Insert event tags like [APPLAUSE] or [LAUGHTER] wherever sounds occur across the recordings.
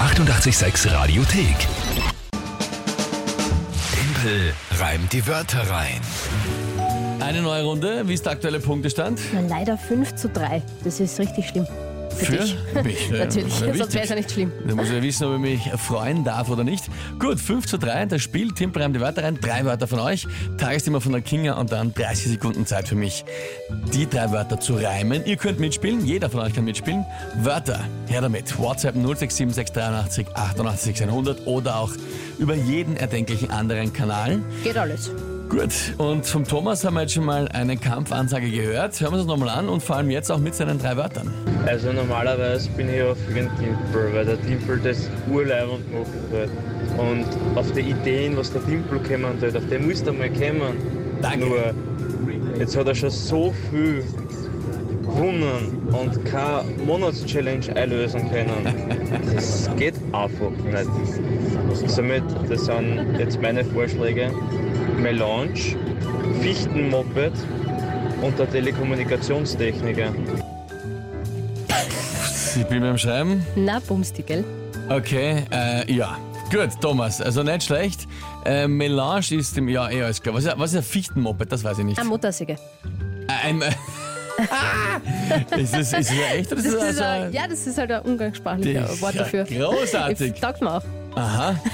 886 Radiothek. Tempel reimt die Wörter rein. Eine neue Runde. Wie ist der aktuelle Punktestand? Na, leider 5 zu 3. Das ist richtig schlimm. Für, dich. mich. ne? Natürlich, Ja, sonst wichtig. wäre es ja nicht schlimm. Da muss ich ja wissen, ob ich mich freuen darf oder nicht. Gut, 5 zu 3, das Spiel. Tim reimt die Wörter rein. Drei Wörter von euch. Tagesthema von der Kinga und dann 30 Sekunden Zeit für mich, die drei Wörter zu reimen. Ihr könnt mitspielen. Jeder von euch kann mitspielen. Wörter, her damit. WhatsApp 0676 88 100 oder auch über jeden erdenklichen anderen Kanal. Geht alles. Gut, und vom Thomas haben wir jetzt schon mal eine Kampfansage gehört. Hören wir uns das nochmal an und vor allem jetzt auch mit seinen drei Wörtern. Also normalerweise bin ich auf den Timpel, weil der Timpel das urleibend macht halt. Und auf die Ideen, was der Timpel kommen halt, auf den musst du mal kommen. Danke. Nur, jetzt hat er schon so viel gewonnen und keine Monatschallenge einlösen können. Das geht einfach nicht. Somit, das sind jetzt meine Vorschläge. Melange, Fichtenmoped und der Telekommunikationstechniker. Ich bin beim Schreiben. Na, bumsti, gell? Okay, äh, ja. Gut, Thomas, also nicht schlecht. Äh, Melange ist im, ja, eh alles klar. Was ist, was ist ein Fichtenmoped? Das weiß ich nicht. Äh, Eine Ah, Motorsäge. ein, [LAUGHS] ist das, ist das echt oder Das ist das also ist ein, ja, das ist halt ein umgangssprachlicher Das- Wort ja, dafür. großartig. Ich- Taugt mir auch. Aha, [LAUGHS]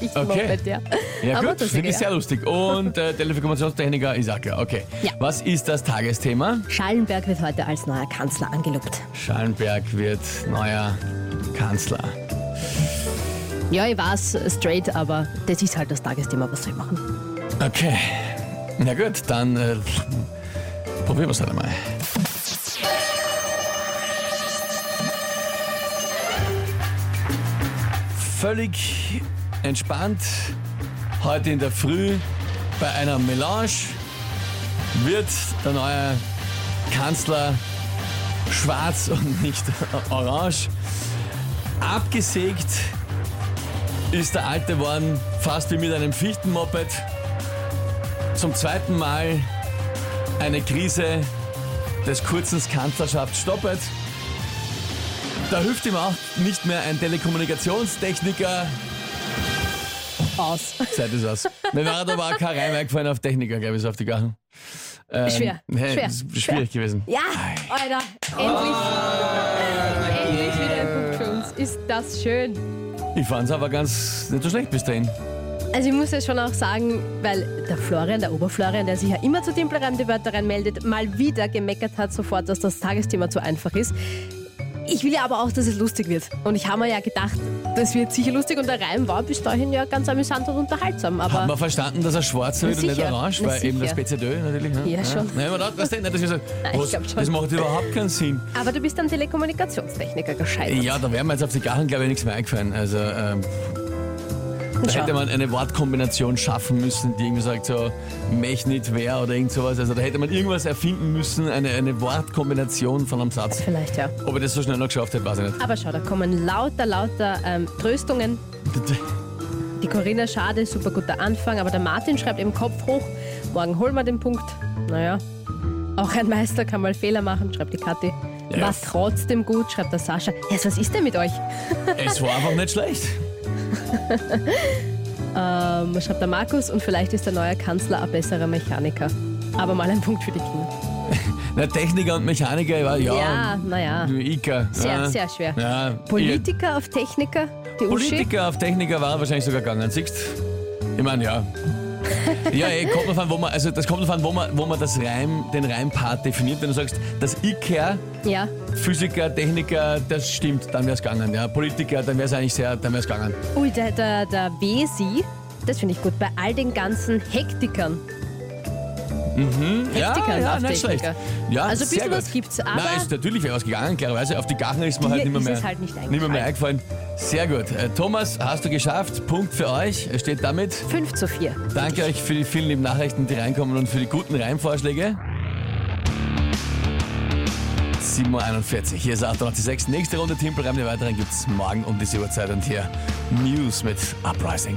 Ich Okay. Moped, ja. ja Ein gut, Motorsäge, finde ich sehr lustig. Und äh, Telekommunikationstechniker ist auch klar, okay. Ja. Was ist das Tagesthema? Schallenberg wird heute als neuer Kanzler angelobt. Schallenberg wird neuer Kanzler. Ja, ich weiß, straight, aber das ist halt das Tagesthema, was soll ich machen? Okay, na gut, dann äh, probieren wir es halt einmal. Völlig entspannt, heute in der Früh bei einer Melange wird der neue Kanzler schwarz und [LAUGHS] nicht orange. Abgesägt ist der alte worden, fast wie mit einem Fichtenmoped zum zweiten Mal eine Krise des Kurzens Kanzlerschaft stoppet. Da hilft ihm auch nicht mehr ein Telekommunikationstechniker. Aus. Zeit ist aus. Mir war da war kein Reim eingefallen auf Techniker, glaube ich, so auf die Gachen. Ähm, Schwer, hey, schwer, ist Schwierig gewesen. Ja, Alter, endlich. Ah, Endlich wieder ein Punkt für uns. Ist das schön. Ich fand's aber ganz nicht so schlecht bis dahin. Also ich muss ja schon auch sagen, weil der Florian, der Oberflorian, der sich ja immer zu Timpelreim die Wörter reinmeldet, mal wieder gemeckert hat sofort, dass das Tagesthema zu einfach ist. Ich will ja aber auch, dass es lustig wird. Und ich habe mir ja gedacht, das wird sicher lustig und der Reim war bis dahin ja ganz amüsant und unterhaltsam. Hat Aber man verstanden, dass er schwarz wird und nicht sicher, orange, na weil eben das sicher. PZÖ natürlich. Ne? Ja, schon. Nein, man das, nicht, das, ist so, [LAUGHS] ich was, glaub schon. das macht überhaupt keinen Sinn. aber du bist am Telekommunikationstechniker gescheitert. Ja, da wäre mir jetzt auf die Gachen, glaube ich, nichts mehr eingefallen. Also, ähm, da Schau. hätte man eine Wortkombination schaffen müssen, die irgendwie sagt so, mech nicht wer oder irgend sowas. Also da hätte man irgendwas erfinden müssen, eine, eine Wortkombination von einem Satz. Vielleicht ja. Ob er das so schnell noch geschafft hätte, weiß ich Aber schau, da kommen lauter, lauter ähm, Tröstungen. nicht. Die Corinna, schade, super guter Anfang, aber der Martin schreibt im Kopf hoch, morgen holen wir den Punkt. Naja, auch ein Meister kann mal Fehler machen, schreibt die Kathi. Ja. War trotzdem gut, schreibt der Sascha. Yes, was ist denn mit euch? Es war einfach nicht schlecht. Ähm, schreibt der Markus und vielleicht ist der neue Kanzler ein besserer Mechaniker. Aber mal ein Punkt für die Kinder. Na, Techniker und Mechaniker, ich war Ja, ja. naja. Iker. Sehr, Oh. ja. sehr schwer. Ja. Ihr- Politiker auf Techniker, die Uschi. Politiker auf Techniker war er wahrscheinlich sogar gegangen, siehst Ich meine, ja. Ja, ey, kommt drauf an, wo man, also das kommt drauf an, wo man, wo man das Reim, den Reimpart definiert. Wenn du sagst, das Iker, Ja, Physiker, Techniker, das stimmt, dann wär's gegangen. Ja, Politiker, dann wär's eigentlich sehr, dann wär's gegangen. ui, der, der, der Wesi, das finde ich gut, bei all den ganzen Hektikern. Ja, Hektiker, ja, auf nicht schlecht. Techniker. Ja, Also ein sehr bisschen gut. was gibt's, aber- Nein, ist natürlich wäre was gegangen, klarerweise. Auf die Gachen ist mir Mir halt nicht mehr, ist mehr, es halt nicht eingefallen. nimmer mehr eingefallen. Sehr gut. Äh, Thomas, hast du geschafft. Punkt für euch. Es steht damit 5 zu 4. Danke euch für die vielen lieben Nachrichten, die reinkommen und für die guten Reimvorschläge. 7.41 Uhr, hier ist 886. Nächste Runde Timpelreim, die weiteren gibt's morgen um diese Uhrzeit und hier News mit Uprising.